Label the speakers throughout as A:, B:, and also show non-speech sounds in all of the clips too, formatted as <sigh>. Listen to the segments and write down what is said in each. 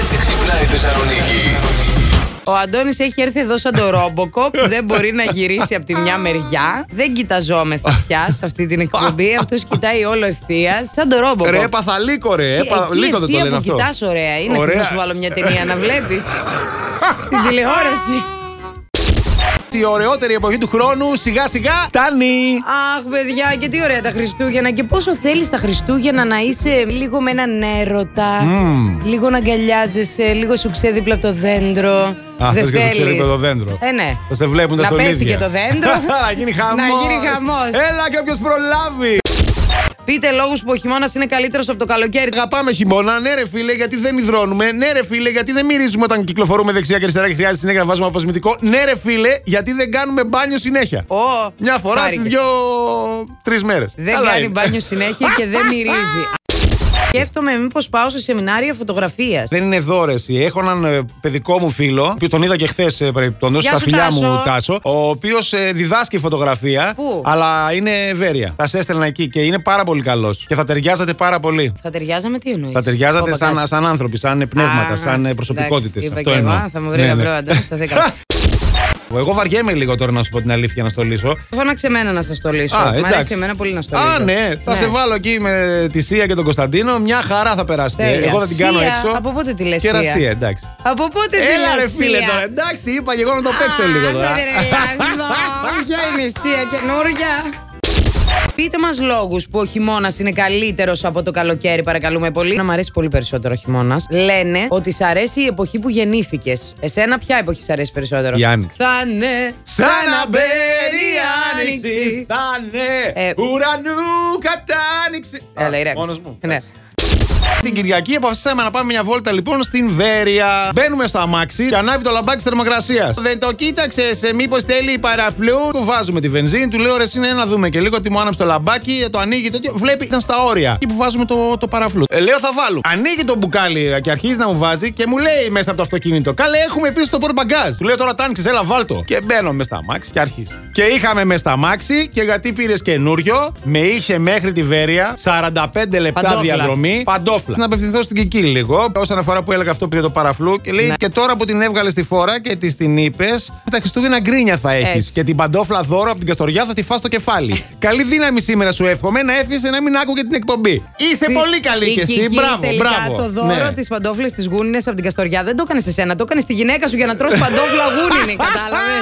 A: έτσι ξυπνάει η Θεσσαλονίκη.
B: Ο Αντώνης έχει έρθει εδώ σαν το ρόμποκο
C: <laughs>
B: που δεν μπορεί να γυρίσει από τη μια μεριά. Δεν κοιταζόμεθα πια σε αυτή την εκπομπή. Αυτός κοιτάει όλο ευθείας. Σαν το ρόμποκο.
C: Ρε, έπαθα λύκο, ρε. Έπα...
B: Εκεί
C: Λύκο δεν το
B: ευθεία
C: λένε
B: που
C: αυτό.
B: κοιτάς ωραία είναι. Θες
C: Ωραία.
B: να σου βάλω μια ταινία να βλέπεις. Στην τηλεόραση.
C: Η ωραιότερη εποχή του χρόνου σιγά σιγά φτάνει.
B: Αχ, παιδιά, και τι ωραία τα Χριστούγεννα. Και πόσο θέλεις τα Χριστούγεννα να είσαι λίγο με έναν έρωτα. Λίγο να αγκαλιάζεσαι, λίγο σου ξέδιπλα από το δέντρο. Δεν
C: Α, θες και σου
B: θέλεις.
C: ξέδιπλα το δέντρο.
B: Ε, ναι.
C: Θα σε βλέπουν τα
B: να
C: στολίδια.
B: πέσει και το δέντρο.
C: <laughs> να γίνει χαμός.
B: Να γίνει χαμός.
C: Έλα και όποιος προλάβει.
B: Πείτε λόγους που ο χειμώνας είναι καλύτερος από το καλοκαίρι.
C: Αγαπάμε χειμώνα, ναι ρε φίλε, γιατί δεν υδρώνουμε. Ναι ρε φίλε, γιατί δεν μυρίζουμε όταν κυκλοφορούμε δεξιά και αριστερά και χρειάζεται συνέχεια να βάζουμε αποσμητικό. Ναι ρε φίλε, γιατί δεν κάνουμε μπάνιο συνέχεια.
B: Ω,
C: Μια φορά
B: χάρηκα.
C: στι δύο-τρει μέρες.
B: Δεν κάνει μπάνιο συνέχεια και δεν μυρίζει. Σκέφτομαι μήπως πάω σε σεμινάρια φωτογραφίας.
C: Δεν είναι δόρεση. Έχω έναν ε, παιδικό μου φίλο, που τον είδα και χθες παρεμπιπτόντω,
B: Γεια
C: στα
B: σου,
C: φιλιά
B: Τάσο.
C: μου Τάσο, ο οποίος διδάσκει φωτογραφία,
B: Πού?
C: αλλά είναι ευέρεια. Θα σε έστελνα εκεί και είναι πάρα πολύ καλός. Και θα ταιριάζατε πάρα πολύ.
B: Θα ταιριάζαμε τι εννοείς.
C: Θα ταιριάζατε σαν, σαν άνθρωποι, σαν ε, πνεύματα, σαν προσωπικότητε.
B: Είπα
C: Αυτό
B: και
C: εννοώ.
B: εγώ, θα μου βρει
C: Ναι, ναι.
B: γαμπρό Αντώνης, θα δέκα.
C: <laughs> Εγώ βαριέμαι λίγο τώρα να σου πω την αλήθεια να στολίσω.
B: Φώναξε εμένα να σας στολίσω. Μ' αρέσει εμένα πολύ να στολίσω.
C: Α, ναι. Θα σε βάλω εκεί με τη Σία και τον Κωνσταντίνο. Μια χαρά θα περάσετε.
B: Τέλεια.
C: Εγώ θα την κάνω
B: Σία.
C: έξω.
B: Από πότε τη λες
C: Και
B: Σία?
C: Ρασία, εντάξει.
B: Από πότε τη
C: Έλα ρε
B: λες,
C: φίλε
B: Σία?
C: τώρα, εντάξει, είπα και εγώ να το παίξω λίγο τώρα.
B: Άντε, ρε, λάθο. Ποια είναι η Σία καινούρια. Πείτε μας λόγους που ο χειμώνας είναι καλύτερος από το καλοκαίρι, παρακαλούμε πολύ. Να μ' αρέσει πολύ περισσότερο ο χειμώνας. Λένε ότι σ' αρέσει η εποχή που γεννήθηκες. Εσένα ποια εποχή σ' αρέσει περισσότερο.
C: Η Άνοιξη.
B: Θα είναι
C: Σαν να μπαίνει η άνοιξη, θα
B: Ε,
C: είναι ουρανού κατάνοιξη.
B: Έλα,
C: Α,
B: ηρέμησε.
C: Μόνος μου.
B: Ναι.
C: Την Κυριακή αποφασίσαμε να πάμε μια βόλτα λοιπόν στην Βέρεια. Μπαίνουμε στο αμάξι και ανάβει το λαμπάκι της θερμοκρασίας. Δεν το κοίταξες, σε μήπως θέλει παραφλού. Του βάζουμε τη βενζίνη, του λέω ρε, εσύ ναι, να δούμε και λίγο τι μου άναψε το λαμπάκι, το ανοίγει τέτοιο. Βλέπει ήταν στα όρια. Εκεί που βάζουμε το, το παραφλού. Ε, λέω θα βάλω. Ανοίγει το μπουκάλι και αρχίζει να μου βάζει και μου λέει μέσα από το αυτοκίνητο. Καλέ, έχουμε επίσης το πορμπαγκάζ. Του λέω τώρα τάνξε, έλα βάλτο. Και μπαίνω μες στα αμάξι και αρχίζει. Και είχαμε μες στα αμάξι και γιατί πήρες καινούριο, με είχε μέχρι τη Βέρεια 45 λεπτά
B: Παντόφλα.
C: διαδρομή. Παντόφλα. Να απευθυνθώ στην Κική λίγο. Όσον αφορά που έλεγα αυτό πήρε το παραφλού και λέει
B: Ναι.
C: και τώρα που την έβγαλε στη φόρα και της την είπες, τα Χριστούγεννα γκρίνια θα έχεις.
B: Έτσι.
C: Και την παντόφλα δώρο από την Καστοριά θα τη φά στο
B: <laughs>
C: κεφάλι. καλή δύναμη σήμερα σου εύχομαι να έφυγε να μην άκουγε την εκπομπή. Είσαι
B: Τι-
C: πολύ καλή
B: η
C: κι εσύ.
B: Κική
C: Μπράβο,
B: τελικά
C: μπράβο.
B: Το δώρο
C: Ναι.
B: της παντόφλης της γούνινες από την Καστοριά δεν το έκανε σε σένα, το έκανε στη γυναίκα σου για να τρώσει παντόφλα
C: <laughs>
B: γούνινη, κατάλαβες.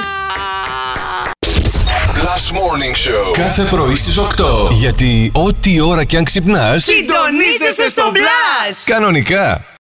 A: Last Morning Show.
D: Κάθε πρωί στις 8. Γιατί ό,τι ώρα κι αν ξυπνάς,
B: Συντονίζεσαι στο μπλα!
D: κανονικά.